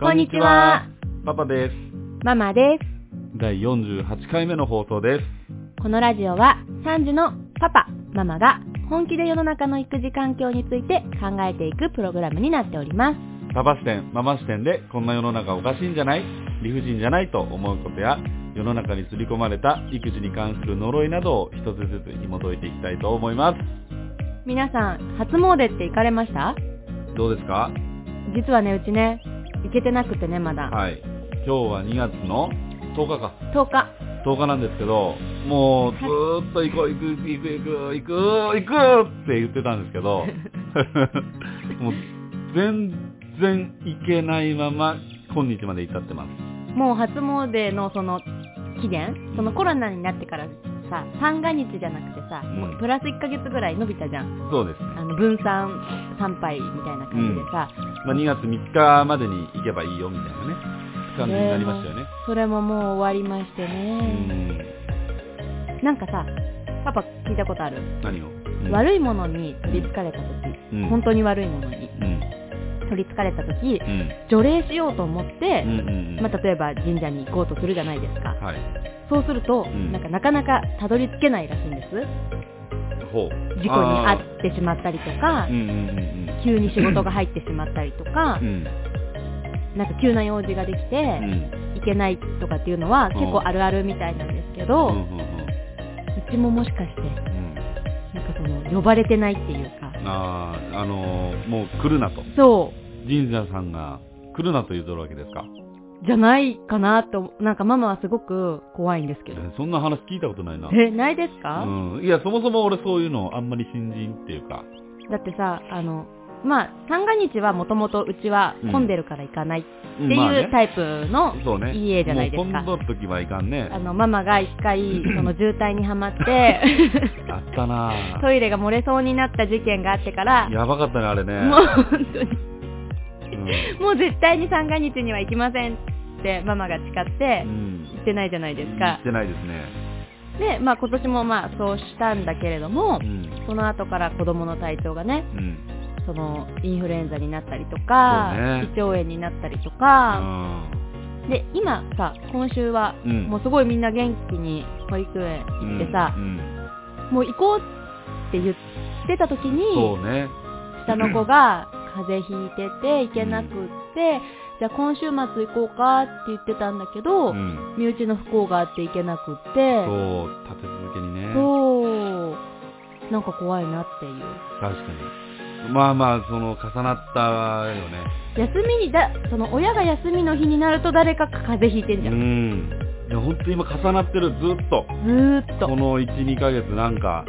こんにちは。パパです。ママで第48回目の放送です。す。このラジオは3児のパパ、ママが本気で世の中の育児環境について考えていくプログラムになっております。パパ視点、ママ視点でこんな世の中おかしいんじゃない理不尽じゃないと思うことや、世の中に刷り込まれた育児に関する呪いなどを一つずつ紐解いていきたいと思います。皆さん、初詣って行かれましたどうですか実はね、うちね、行けてなくてね、まだ。はい。今日は2月の10日か。 10日。 10日なんですけど、もうずーっと行こう、行く、行く、行く、行く、行くって言ってたんですけ ど、もう全然行けないまま今日まで至ってます。もう初詣のその期限そのコロナになってからさ、三が日じゃなくてさ、んもうプラス1ヶ月ぐらい伸びたじゃん。そうですね。あの分散参拝みたいな感じでさ、まあ、2月3日までに行けばいいよみたいなね、感じになりましたよね。それももう終わりましてうね、ん。なんかさパパ聞いたことある、何を、うん、い。悪いものに取りつかれた時、うん本当に悪いものにうん。取りつかれた時うん。除霊しようと思ってう、んうんうん。まあ、例えば神社に行こうとするじゃないですかはい。そうすると、んなんかなかなかたどり着けないらしいんですほう。事故に遭ってしまったりとかあーうんうんうん急に仕事が入ってしまったりとかう、ん。なんか急な用事ができて、うん。うん。いけないとかっていうのはうん結構あるあるみたいなんですけうど、うんうんうんちももしかしてうん。なんかその呼ばれてないっていうかああ、あのーもう来るなと。そ神社さんが来るなと言うとるわけですか。うじゃないかなとなんかママはすごく怖いんですけどえそんな話聞いたことないな。えないですか、うん。いや、そもそも俺そういうのあんまり新人っていうか。だってさあのまあ三が日はもともとうちは混んでるから行かないってっていうタイプの、そうね。家じゃないですかもう今度の時はいかんねあ。のママが一回その渋滞にはまってあったな トイレが漏れそうになった事件があってからやばかったね、あれね。もう本当にうんもう絶対に三が日には行きませんってママが誓ってうん。行ってないじゃないです行かっ。てないですね。で、まあ今年もまあそうしたんだけれどもう、ん。その後から子供の体調がね、うん。そのインフルエンザになったりとか、そうね胃腸炎になったりとか、で、今さ、今週はうん。うんもうすごいみんな元気に保育園行ってさう、ん。もう行こうって言ってた時そに、うね。下の子が風邪ひいてて行けなくって、じゃあ今週末行こうかって言ってたんだけど、うん。身内の不幸があって行けなくって、そう、立て続けにね。そう、なんか怖いなっていう。確かに。まあまあ、その、重なったよね。休みにだ、その親が休みの日になると誰かが風邪ひいてんじゃ。うんん。いや、本当に今重なってる、ずっと。ずーっとこ。の1、2ヶ月なんか、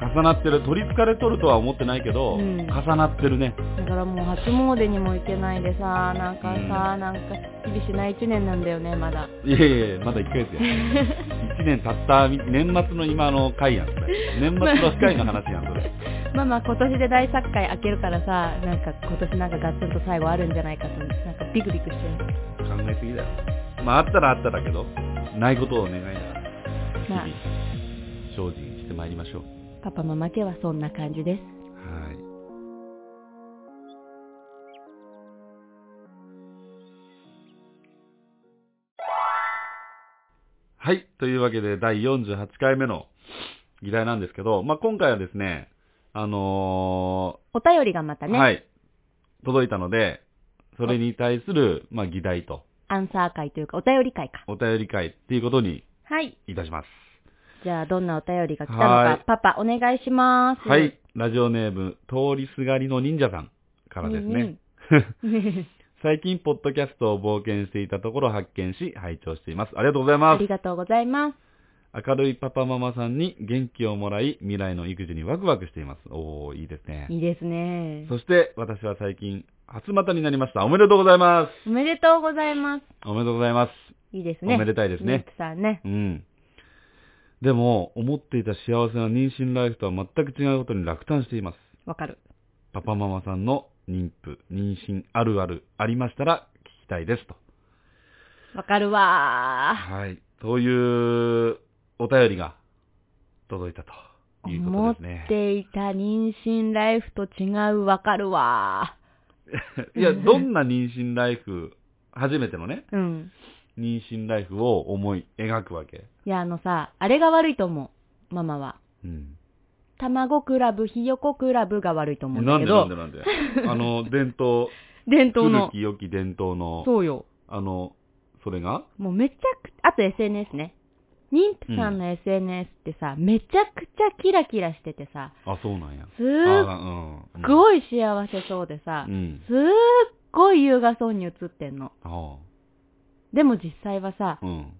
重なってる。取り憑かれとるとは思ってないけど、うん重なってるね。だからもう初詣にも行けないでさ、なんかさ、なんかすっきりしない一年なんだよね、まだ。いやいやいや、まだ1ヶ 月や。1年経った、年末の今の回やん、それ。年末の回の話やん、それ。ママ今年で大作会開けるからさ、なんか今年なんかガツンと最後あるんじゃないかと、なんかビクビクしてる。考えすぎだよ。まあ、あったらあっただけど、ないことを願いながまら、あ日、々、精進してまいりましょう。パパママ家はそんな感じです。はい。はい。というわけで、第48回目の議題なんですけど、まあ、今回はですね、あのお便りがまたーね、はい。届いたので、それに対する、まあ、議題と、アンサー会というか、お便り会か。お便り会っていうことにはい。いたします。じゃあ、どんなお便りが来たのはかい、パパ、お願いします。はい。ラジオネーム、通りすがりの忍者さんからですね。 うんうん。最近、ポッドキャストを冒険していたところを発見し、拝聴しています。ありがとうございあますり。がとうございます。明るいパパママさんに元気をもらい、未来の育児にワクワクしています。おー、いいですね。いいですね。そして、私は最近、初股になりました。おめでとうございまおめでとうございます。す。おめでとうございます。いいですね。おめでたいですねミックさんね。うん。でも、思っていた幸せな妊娠ライフとは全く違うことに落胆しています。わかる。パパママさんの妊婦、妊娠あるあるありましたら聞きたいですと。わかるわはい。というお便りが届いたとー。いうこ思とでっすね。ていた妊娠ライフと違うわかるわ いや、どんな妊娠ライフ、初めてのね、うん。妊娠ライフを思い描くわけ。いや、あのさ、あれが悪いと思う。ママは。うん。卵クラブ、ひよこクラブが悪いと思うんなだんけでなんどで、なんで。 あの、伝統、伝統古の。き良き伝統の、そうよ。あの、それがもうめちゃく、あと SNS ね。妊婦さんの SNS ってさ、めちゃくちゃキラキラしててさ、あ、そうなんや。すあうっん。い。ごい幸せそうでさう、ん。すっごい優雅そうに映ってんの。あでも実際はさあ。、うん。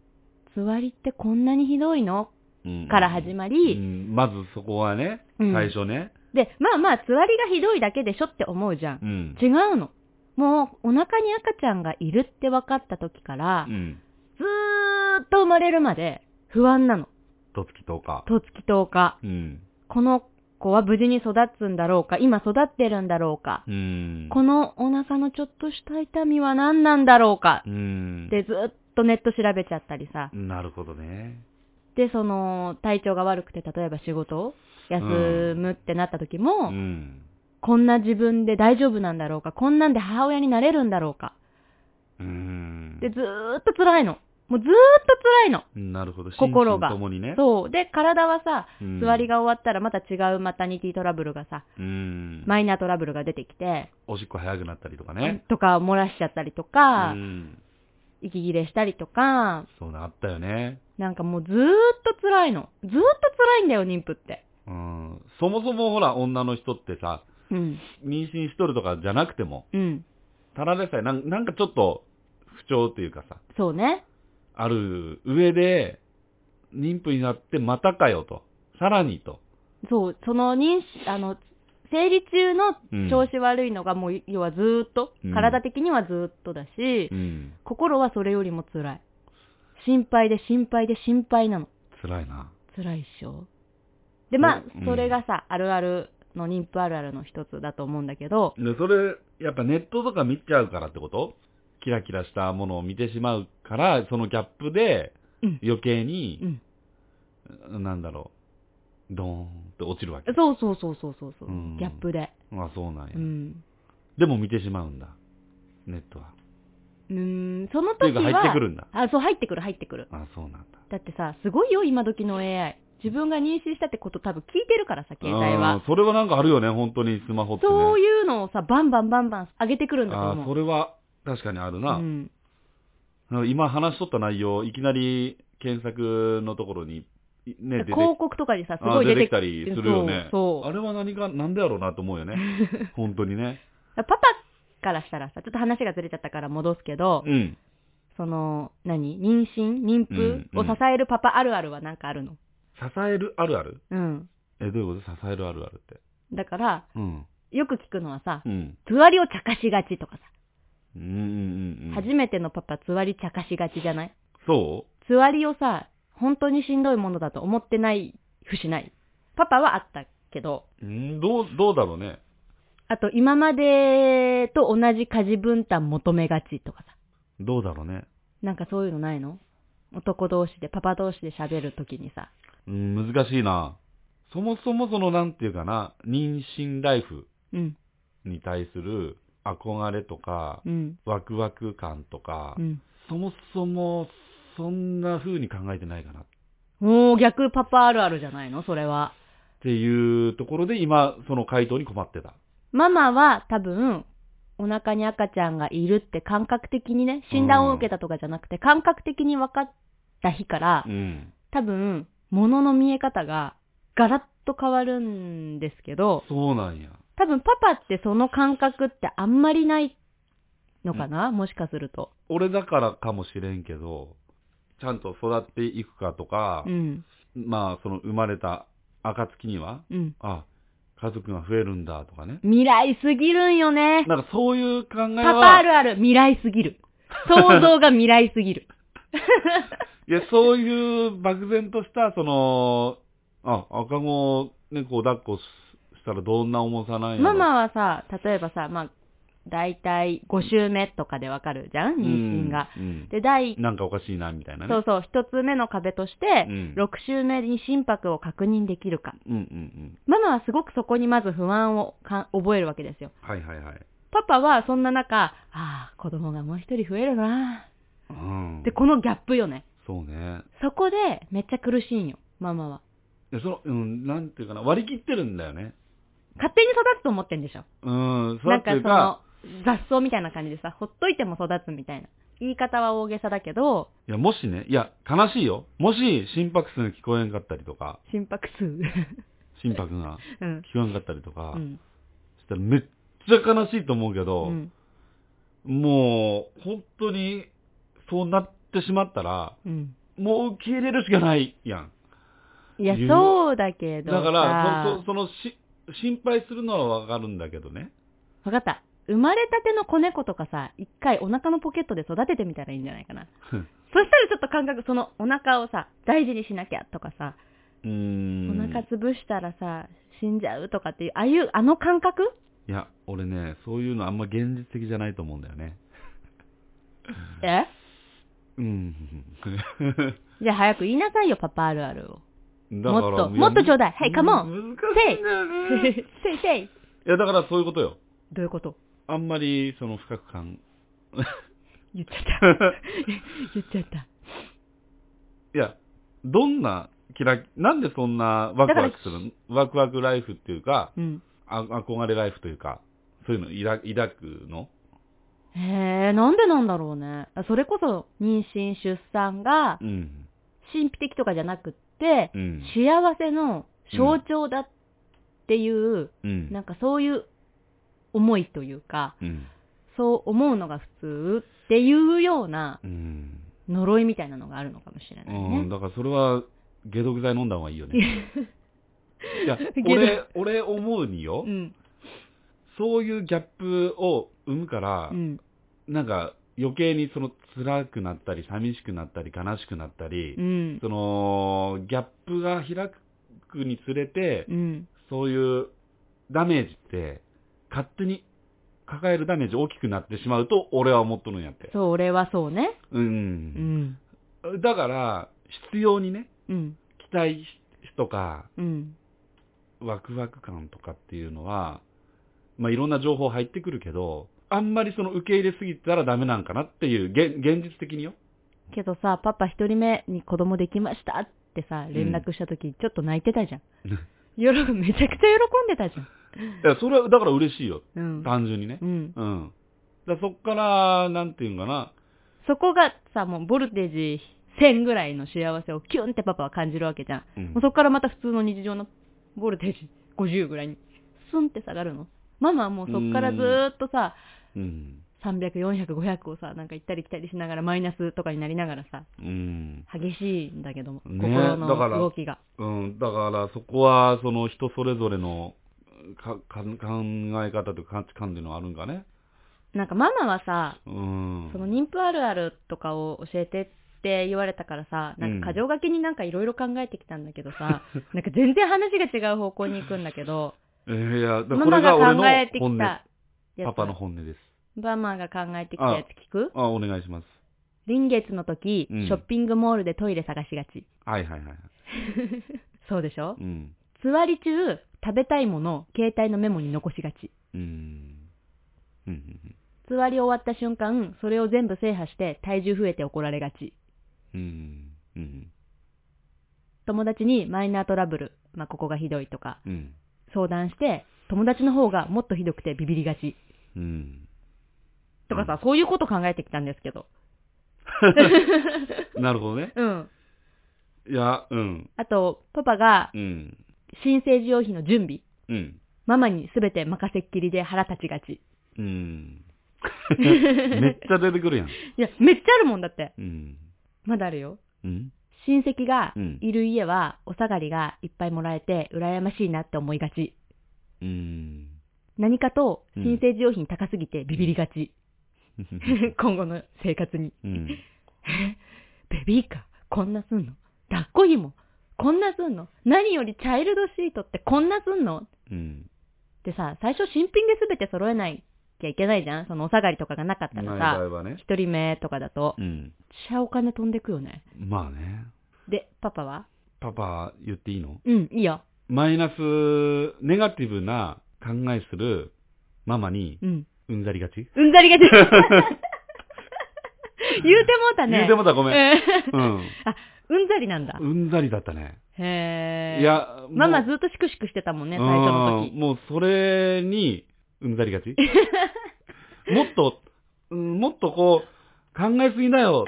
つわりってこんなにひどいのうんから始まうり、んまずそこはね、うん最初ね。で、まあまあ、つわりがひどいだけでしょって思うじゃん。うん。違うの。もう、お腹に赤ちゃんがいるって分かった時からう、ん。ずーっと生まれるまで不安なの。とつきとか。とつき10日。うん。この子は無事に育つんだろうか、今育ってるんだろうか、うん。このお腹のちょっとした痛みは何なんだろうかう、ん。でずっとネット調べちゃったりさ。なるほどね。で、その、体調が悪くて、例えば仕事を休むってなった時うも、ん。こんな自分で大丈夫なんだろうか、こんなんで母親になれるんだろうか。うん。で、ずーっと辛いの。もうずーっと辛いの。なるほど。心が心身ともにね。そう。で、体はさ、うん座り。が終わったらまた違うマタニティトラブルがさ、うん。マイナートラブルが出てきて、おしっこ早くなったりとかね。とか漏らしちゃったりとか、うん。息切れしたりとか、そうな、あったよね。なんかもうずーっと辛いの。ずーっと辛いんだよ、妊婦って。うん。そもそもほら、女の人ってさ、うん。妊娠しとるとかじゃなくても、うん。ただでさえなん、なんかちょっと不調というかさ、そうね。ある上で、妊婦になってまたかよと。さらにと。そう、その妊娠、あの、生理中のうん調子悪いのがもう、要はずーっとうん、体的にはずーっとだし、うん。心はそれよりも辛い。心配で心配で心配なの。辛いな。辛いっしょ。で、まあうん、それがさ、あるあるの妊婦あるあるの一つだと思うんだけど、で、それ、やっぱネットとか見ちゃうからってことキラキラしたものを見てしまうから、そのギャップでうん、余計うに、ん。なんだろう、ドーンって落ちるわけ。そうそうそうそうそうそう、うんギャップで。まあそうなんや。うん。でも見てしまうんだ。ネットは。うーん、そのってい時うは、か入ってくるんだ。あ、そう、入ってくる、入ってくる。あそうなんだ。だってさ、すごいよ、今時の AI。自分が妊娠したってこと多分聞いてるからさ、携帯あはー。それはなんかあるよね、本当にスマホってね。そういうのをさ、バンバンバンバン上げてくるんだとああー、思。そうれは確かにあるな。うん。なんか今話しとった内容、いきなり検索のところに、いね、出て広告とかにさ、すあごーい出出ててきたりするよね。そうそうあれは何が、なんでやろうなと思う よね。本当にね。パパからしたらさ、ちょっと話がずれちゃったから戻すけど、うん。その、何妊娠妊婦うんうをん支えるパパあるあるはなんかあるの支えるあるあるうん。え、どういうこと支えるあるあるって。だから、うん。よく聞くのはさう、ん。つわりを茶化しがちとかさ、うんうんうん。初めてのパパつわり茶化しがちじゃないそつわりをさ、本当にしんどいものだと思ってない、不しない。パパはあったけど、うんどう、どうだろうね。あと今までと同じ家事分担求めがちとかさ、どうだろうね。なんかそういうのないの男同士で、パパ同士で喋るときにさ、うん、難しいな。そもそもその、なんていうかな、妊娠ライフうん、に対する憧れとか、うん、ワクワク感とか、うん。そもそもそんな風に考えてないかなっもう逆パパあるあるじゃないのそれは。ていうところで今その回答に困ってた。ママは多分、お腹に赤ちゃんがいるって感覚的にね、診断を受けたとかじゃなくて、感覚的に分かった日から、ん。多分、物の見え方がガラッと変わるんですけど、そうなんや。多分パパってその感覚ってあんまりないのかな、もしかすると。俺だからかもしれんけど、ちゃんと育っていくかとか、うん、まあその生まれた暁には、うん。あ、家族が増えるんだとかね。未来すぎるんよね。なんかそういう考えパパあは、るある、未来すぎ る。想像が未来すぎる。いや、そういう漠然とした、その、あ、赤子をね、こう抱っこししたらどんな重さ なんやろママはさ、例えばさ、まあ、大体5週目とかでわかるじゃん妊娠が。うんうんで、第、なんかおかしいな、みたいなね。そうそう、一つ目の壁として、うん6週目に心拍を確認できるか。うんうんうん。ママはすごくそこにまず不安をか覚えるわけですよ。はいはいはい。パパはそんな中、ああ、子供がもう一人増えるなうん。で、このギャップよね。そうね。そこで、めっちゃ苦しいんよ、ママは。いやその、うん、なんていうかな、割り切ってるんだよね。勝手に育つと思ってんでしょ。うん、そうだなんっかてそいうかの、、雑草みたいな感じでさ、ほっといても育つみたいな。言い方は大げさだけど、いや、もしね、いや、悲しいよ。もし、心拍数聞こえんかったりとか、心拍数。 心拍がうん。聞こえんかったりとか、うん。したらめっちゃ悲しいと思うけうど、ん。もう、本当に、そうなってしまったら、うん。もう受け入れるしかないやん。いや言、うそうだけどだから、さそそそのし、心配するのはわかるんだけど ね。わかった。生まれたての子猫とかさ、一回お腹のポケットで育ててみたらいいんじゃないかな。そしたらちょっと感覚、そのお腹をさ、大事にしなきゃとかさ、うーおん。腹潰したらさ、死んじゃうとかっていう、ああいう、あの感覚いや、俺ね、そういうのあんま現実的じゃないと思うんだよね。えうん。じゃあ早く言いなさいよ、パパあるあるを。だからもっと、いやもっとちょうだい。はい、カモ難ン。しいんだよせいね。せ いいや、だからそういうことよ。どういうことあんまり、その、深く感、 言っちゃった。言っちゃった。いや、どんな、キラ、なんでそんなワクワクするのワクワクライフっていうか、うん。あ憧れライフというか、そういうの抱抱くのへえ、なんでなんだろうね。それこそ、妊娠、出産が、うん。神秘的とかじゃなくって、うん。幸せの象徴だっていう、うん。なんかそういう思いというか、うん。そう思うのが普通っていうようなうん。呪いみたいなのがあるのかもしれないうねん。。だからそれは、解毒剤飲んだ方がいいよ ね。いや、毒俺、俺思うによ、うん。そういうギャップを生むからう、ん。なんか余計にその辛くなったり、寂しくなったり、悲しくなったり、うん。その、ギャップが開くにつれて、うん。そういうダメージって、勝手に抱えるダメージ大きくなってしまうと、俺は思っとるんやって。そう、俺はそうね。う。うんん。だから、必要にね、うん。期待とか、うん。ワクワク感とかっていうのは、まあ、いろんな情報入ってくるけど、あんまりその受け入れすぎたらダメなんかなっていう、げ現実的に よ。けどさ、パパ一人目に子供できましたってさ、連絡した時、ちょっと泣いてたじゃん。よろ、 めちゃくちゃ喜んでたじいや、それは、だから嬉しいよ。ゃん。うん。単純にねう。ん。うん。だからそっから、なんていうんかな。そこがさ、もうボルテージ1000ぐらいの幸せをキュンってパパは感じるわけじゃん。うんもうそこからまた普通の日常のボルテージ50ぐらいにスンって下がるの。ママはもうそこからずーっとさ、うん。 300、400、500をさ、なんか行ったり来たりしながらマイナスとかになりながらさ、うん。激しいんだけども、ね心のだから動きが。うん、だからそこは、その人それぞれのかか考え方というか価値観っていうのはあるんかね。なんかママはさ、うん。その妊婦あるあるとかを教えてって言われたからさ、なんかうん過剰書きになんかいろいろ考えてきたんだけ どさ、なんか全然話が違う方向に行くんだけど、えーいや、だからマこマれがが俺考のえて本き音。たやつ。パパの本音です。ママが考えてきたやつ聞くあ、お願いします。臨月の時、うんショッピングモールでトイレ探しが ち。はいはいはい。そうでしょうん。座り中、食べたいものを携帯のメモに残しがち。うん。うんうん座り終わった瞬間、それを全部制覇して体重増えて怒られがち。うん。うん。友達にマイナートラブル、まあ、ここがひどいとか、うん。相談して、友達の方がもっとひどくてビビりがち。うん。とかさ、そういうこと考えてきたんですけど。なるほどね。うん。いや、うん。あと、パパがうん。新生児用品の準備。うん。ママにすべて任せっきりで腹立ちがち。 うん。めっちゃ出てくるやん。いや、めっちゃあるもんだって。うん。まだあるよ。うん。親戚がうんいる家は、お下がりがいっぱいもらえて、羨ましいなって思いがち。うん。何かと、うん新生児用品高すぎてビビりがち。 今後の生活に。うん。えベビーカー、こんなすんの抱っこ紐、こんなすんの何よりチャイルドシートってこんなすんのっうん。てさ、最初新品で全て揃えないきゃいけないじゃんそのお下がりとかがなかったらないさ、はね。一人目とかだと、うめっん。ちゃお金飛んでくよね。まあね。で、パパはパパ言っていいのうん、いいよ。マイナス、ネガティブな考えするママにうん。うんざりがちうんざりがち。 言うてもうたね。言うてもうたごめんえうーん。あ、うんざりなんだう。んざりだったね。へえ。いや、もうママずっとシクシクしてたもんね、最初のうん時。もうそれに、うんざり がちもっと、うんもっとこう、考えすぎだよ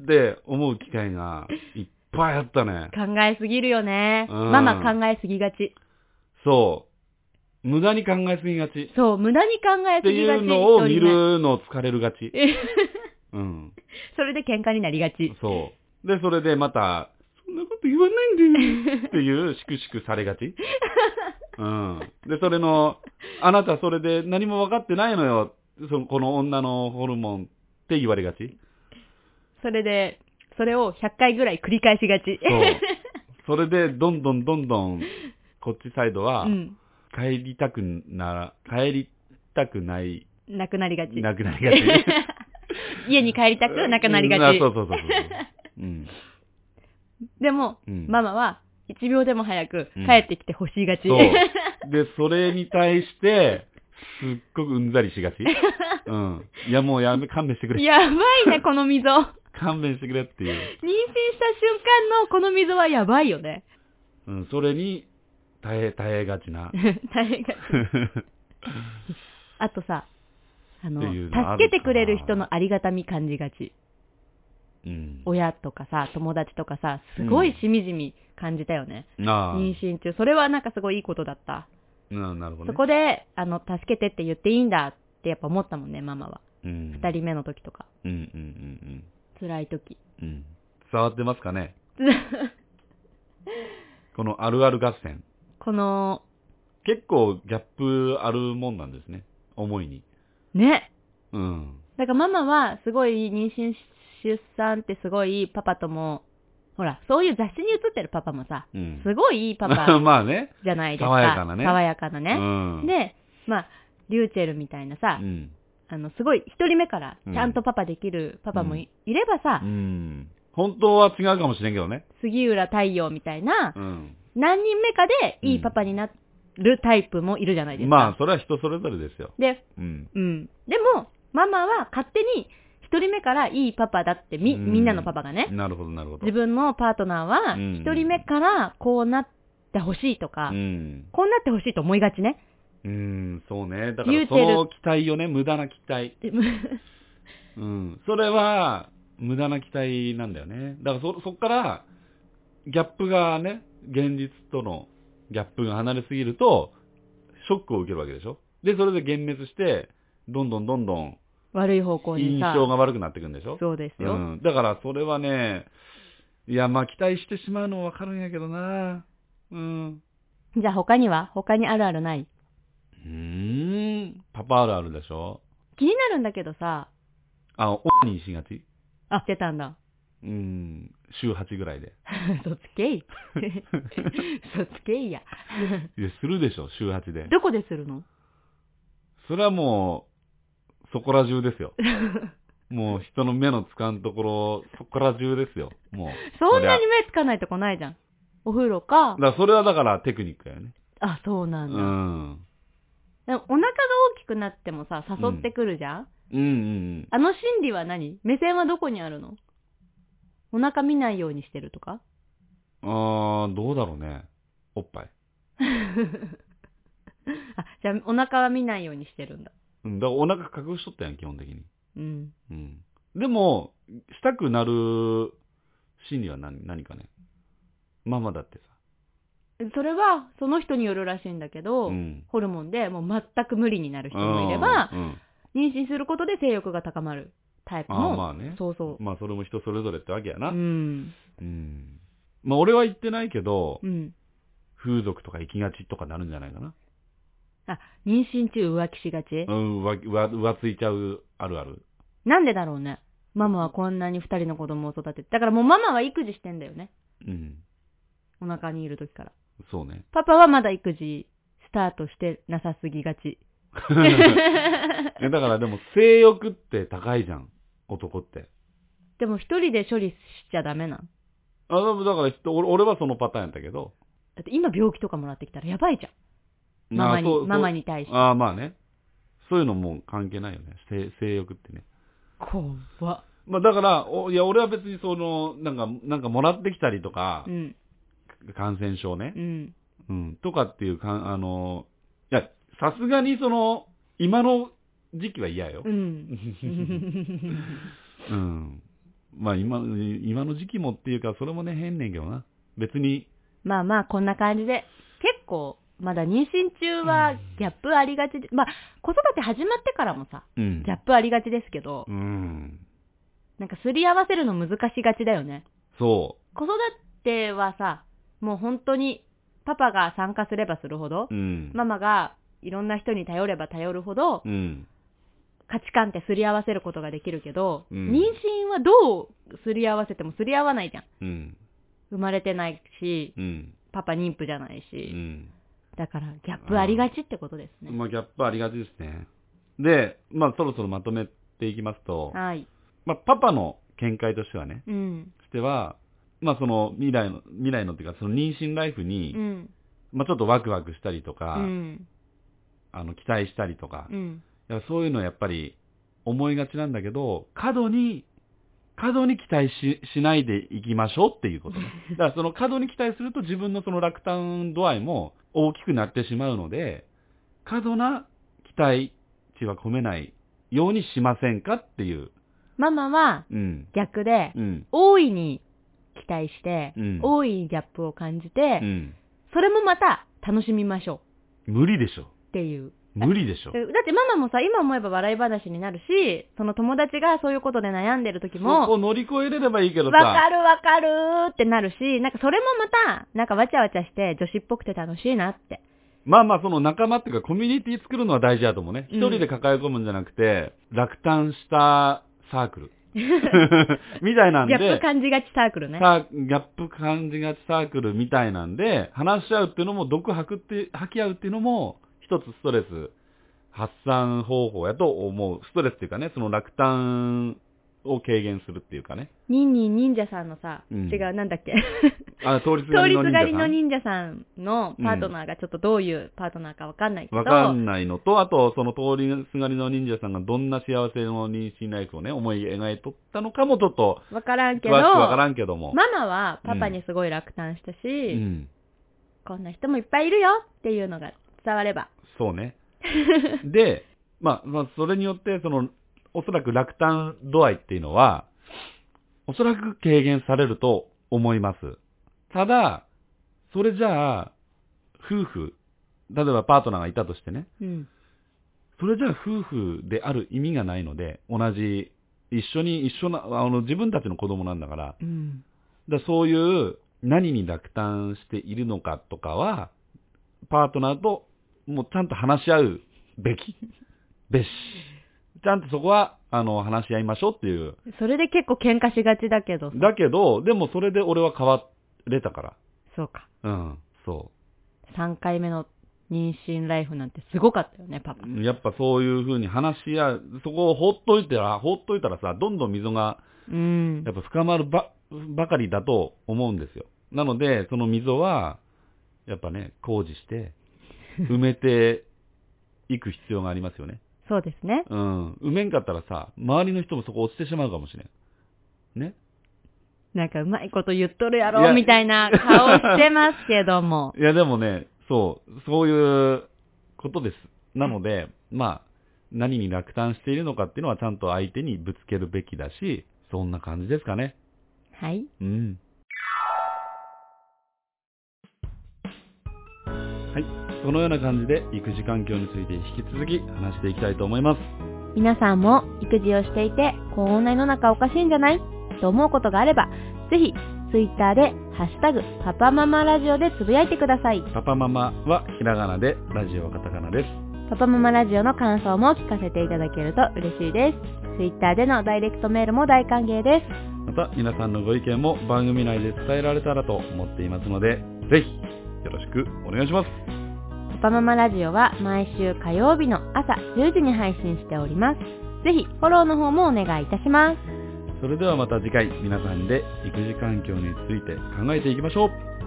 って思う機会がいっぱいあったね。考えすぎるよね。うんママ考えすぎがち。そう。無駄に考えすぎがち。っそう、無駄に考えてすぎがいち。うのを見一人ねるの疲れるがち。うん。それで喧嘩になりがち。そう。で、それでまた、そんなこと言わないんだ よっていう、しくしくされがち。うん。で、それの、あなたそれで何も分かってないのよ。そのこの女のホルモンって言われがち。それで、それを100回ぐらい繰り返しがち。 そう。それで、どんどんどんどん、こっちサイドはう、ん。帰りたくなら、帰りたくない、なくなりがち。なくなりがち。家に帰りたくなくなりがうんあちそ。うそうそうそう。うん。でも、うんママは1秒でも早くうん帰ってきてほしいがち。そう。で、それに対して、すっごくうんざりしが ち。うん。いや、もうやめ、勘弁してくれ。やばいね、こ の溝。妊娠勘弁してくれっていう。した瞬間のこの溝はやばいよ ね。うん。それに、耐え、耐えがちな。 大変あとさ、あの、っていうのあるかな助けてくれる人のありがたみ感じがち。うん。親とかさ、友達とかさ、すごいしみじみ感じたよね。なあ。妊娠中。それはなんかすごいいいことだった。ななるほど、そね。こで、あの、助けてって言っていいんだってやっぱ思ったもんね、ママは。うん。二人目の時とか。うんうんうん辛い時。うん。うん。伝わってますかねこのあるある合戦。 この、結構ギャップあるもんなんですね。思いに。ね。うん。だからママはすごい妊娠出産ってすごいパパとも、ほら、そういう雑誌に写ってるパパもさ、うん。すごいいいパ パまあね。じゃないですか。爽やかなね爽やかなうね。ん。で、まあ、リューチェルみたいなさう、ん。あの、すごい一人目からうんちゃんとパパできるパパもい,、ればうさ、ん。本当は違うかもしれんけどね。杉浦太陽みたいな、うん。何人目かでいいパパになるタイプもいるじゃないですか。まあ、それは人それぞれですよ。で、うん。うん。でも、ママは勝手に一人目からいいパパだってみ、うみんなのパパがね、なるほど、なるほど。自分のパートナーはうん一人目からこうなってほしいとか、うん。こうなってほしいと思いがちね。 うん、そうね。だか言らうそてるの期待よね、無駄な期待。でうん。それは、無駄な期待なんだよね。だからそ、そっから、ギャップがね、現実とのギャップが離れすぎると、ショックを受けるわけでしょで、それで幻滅して、どんどんどんどん悪い方向印にさ。象が悪くなっていくんでしょそうですよ。うん、だからそれはね、いや、まあ期待してしまうのはわかるんやけどな。うん。じゃあ他には他にあるあるないうーん。パパあるあるでしょ気になるんだけどさ、あ、オンにしがちあ、してたんだ。 うん。週8ぐらいで。そつけ い。そつけいや。いや、するでしょ、週8で。どこでするのそれはもう、そこら中 ですよ。もう人の目のつかんところ、そこら中ですよ。もう。そんなりにゃ目つかないとこないじゃん。お風呂かだ、からそれはだからテクニックだよね。あ、そうなうんだ。ん。うんでもお腹が大きくなってもさ、誘ってくるじゃん、うんうん。あの心理は何目線はどこにあるのお腹見ないようにしてるとか あー、どうだろうね。おっぱい。あ、じゃあお腹は見ないようにしてるんだ。うん、だからお腹隠しとったやん、基本的に。うん。うん。でも、したくなる心理は何何かね。ママだってそれは、その人によるらしいんだけさ。ど、ん。ホルモンでもう全く無理になる人もいれば、うん、妊娠することで性欲が高まるタイプああ、も、まあね。そうそう。まあ、それも人それぞれってわけやな。ううん。ん。まあ、俺は言ってないけど、うん。風俗とか行きがちとかなるんじゃないかな。あ、妊娠中浮気しがちうん、わ、わ、浮ついちゃう、あるある。なんでだろうね。ママはこんなに二人の子供を育てて。だからもうママは育児してんだよね。うん。お腹にいる時から。そう ね。パパはまだ育児スタートしてなさすぎがち。えだからでも、性欲って高いじゃん。男って。でも一人で処理しちゃダメなん。あ、でもだから人、俺俺はそのパターンやったけど。だって今病気とかもらってきたらやばいじゃん。ママあそうそに、うママに対して。ああ、まあね。そういうのもう関係ないよね。性性欲ってね。怖っ。まあだから、おいや、俺は別にその、なんか、なんかもらってきたりとかう、ん。感染症ねう。ん。うん。とかっていうかん、あの、いや、さすがにその、今の時期は嫌よう。ん。うん。まあ今、今の時期もっていうか、それもね、変ねんけどな。別に、まあまあ、こんな感じで。結構、まだ妊娠中はギャップありがちで、まあ、子育て始まってからもさ、うんギャップありがちですけど、うん。なんかすり合わせるの難しがちだよね。そ子育てはさ、もう本当に、パパが参加すればするほどう。う、ん。ママがいろんな人に頼れば頼るほど、うん。価値観ってすり合わせることができるけど、うん妊娠はどうすり合わせてもすり合わないじゃん。うん。生まれてないし、うん。パパ妊婦じゃないうし、ん。だからギャップありがちってことですね。まあ、ギャップありがちですね。で、まあ、そろそろまとめていきますと、はい。まあ、パパの見解としてはね、うん。しては、まあ、その未来の、未来のっていうか、その妊娠ライフに、うん。まあ、ちょっとワクワクしたりとうか、ん。あの、期待したりとか、うん。いやそういうのはやっぱり思いがちなんだけど、過度に、過度に期待ししないでいきましょうっていう ことね。だからその過度に期待すると自分のその落胆度合いも大きくなってしまうので、過度な期待値は込めないようにしませんかっていう。ママはうん。逆で、うん。大いに期待して、うん大いにギャップを感じて、うん。それもまた楽しみましょ無理でしょ。うっていう。無理でしょだ。ってママもさ、今思えば笑い話になるし、その友達がそういうことで悩んでるそ時こも、を乗り越えれればいいけどわさ。かるわかるーってなるし、なんかそれもまた、なんかわちゃわちゃして女子っぽくて楽しいなって。まあまあ、その仲間っていうか、コミュニティ作るのは大事だと思うね。うん一人で抱え込むんじゃなくて、落胆したサーク ル。みたいなんギで、ャップ感じがちサークルね。さギャップ感じがちサークルみたいなんで、話し合うっていうのも、毒吐くって、吐き合うっていうのも、一つストレス発散方法やと思う。ストレスっていうかね、その落胆を軽減するっていうかね。ニンニン忍者さんのさ、うん違う、なんだっけ。あ、通りす通がりりのす忍が者りさのん。忍者さんのパートナーがちょっとどういうパートナーかわかんないけど、わかんないのと、あと、その通りすがりの忍者さんがどんな幸せの妊娠ライフをね、思い描いとったのかもちょっと、わから詳んしけくど、わからんけども。ママはパパにすごい落胆したし、うん。こんな人もいっぱいいるよっていうのが伝われば。そうね。で、まあ、まあ、それによって、その、おそらく落胆度合いっていうのは、おそらく軽減されると思います。ただ、それじゃあ、夫婦、例えばパートナーがいたとしてね、うん。それじゃあ夫婦である意味がないので、同じ、一緒に、一緒な、あの、自分たちの子供なんだから、うん。だからそういう何に落胆しているのかとかは、パートナーともうちゃんと話し合うべき、べし。ちゃんとそこは、あの、話し合いましょうっていう。それで結構喧嘩しがちだけど、だけど、でもそれで俺は変われたかそうか。ら。うん、そ3回目の妊娠ライフなんてすごかったよね、パパ。う。やっぱそういうふうに話し合う、そこを放っといたら、放っといたらさ、どんどん溝がうんや。っぱ深まるば、ばかりだと思うんですよ。なので、その溝は、やっぱね、工事して、埋めていく必要がありますよね。そうですね。うん。埋めんかったらさ、周りの人もそこ落ちてしまうかもしれん。ね。なんかうまいこと言っとるやいろ、やみたいな顔してますけども。いや、でもね、そう、そういうことです。なので、まあ、何に落胆しているのかっていうのはちゃんと相手にぶつけるべきだし、そんな感じですかね。 はい。うん。はい。このような感じで、育児環境について引き続き話していきたいと思います。皆さんも育児をしていて、こんな世の中おかしいんじゃないと思うことがあれば、ぜひ、ツイッターで、ハッシュタグ、パパママラジオでつぶやいてください。パパママはひらがなで、ラジオはカタカナです。パパママラジオの感想も聞かせていただけると嬉しいです。ツイッターでのダイレクトメールも大歓迎です。また、皆さんのご意見も番組内で伝えられたらと思っていますので、ぜひ、よろしくお願いします。パパママラジオは毎週火曜日の朝10時に配信しております。ぜひ、フォローの方もお願いいたします。それではまた次回、皆さんで育児環境について考えていきましょう。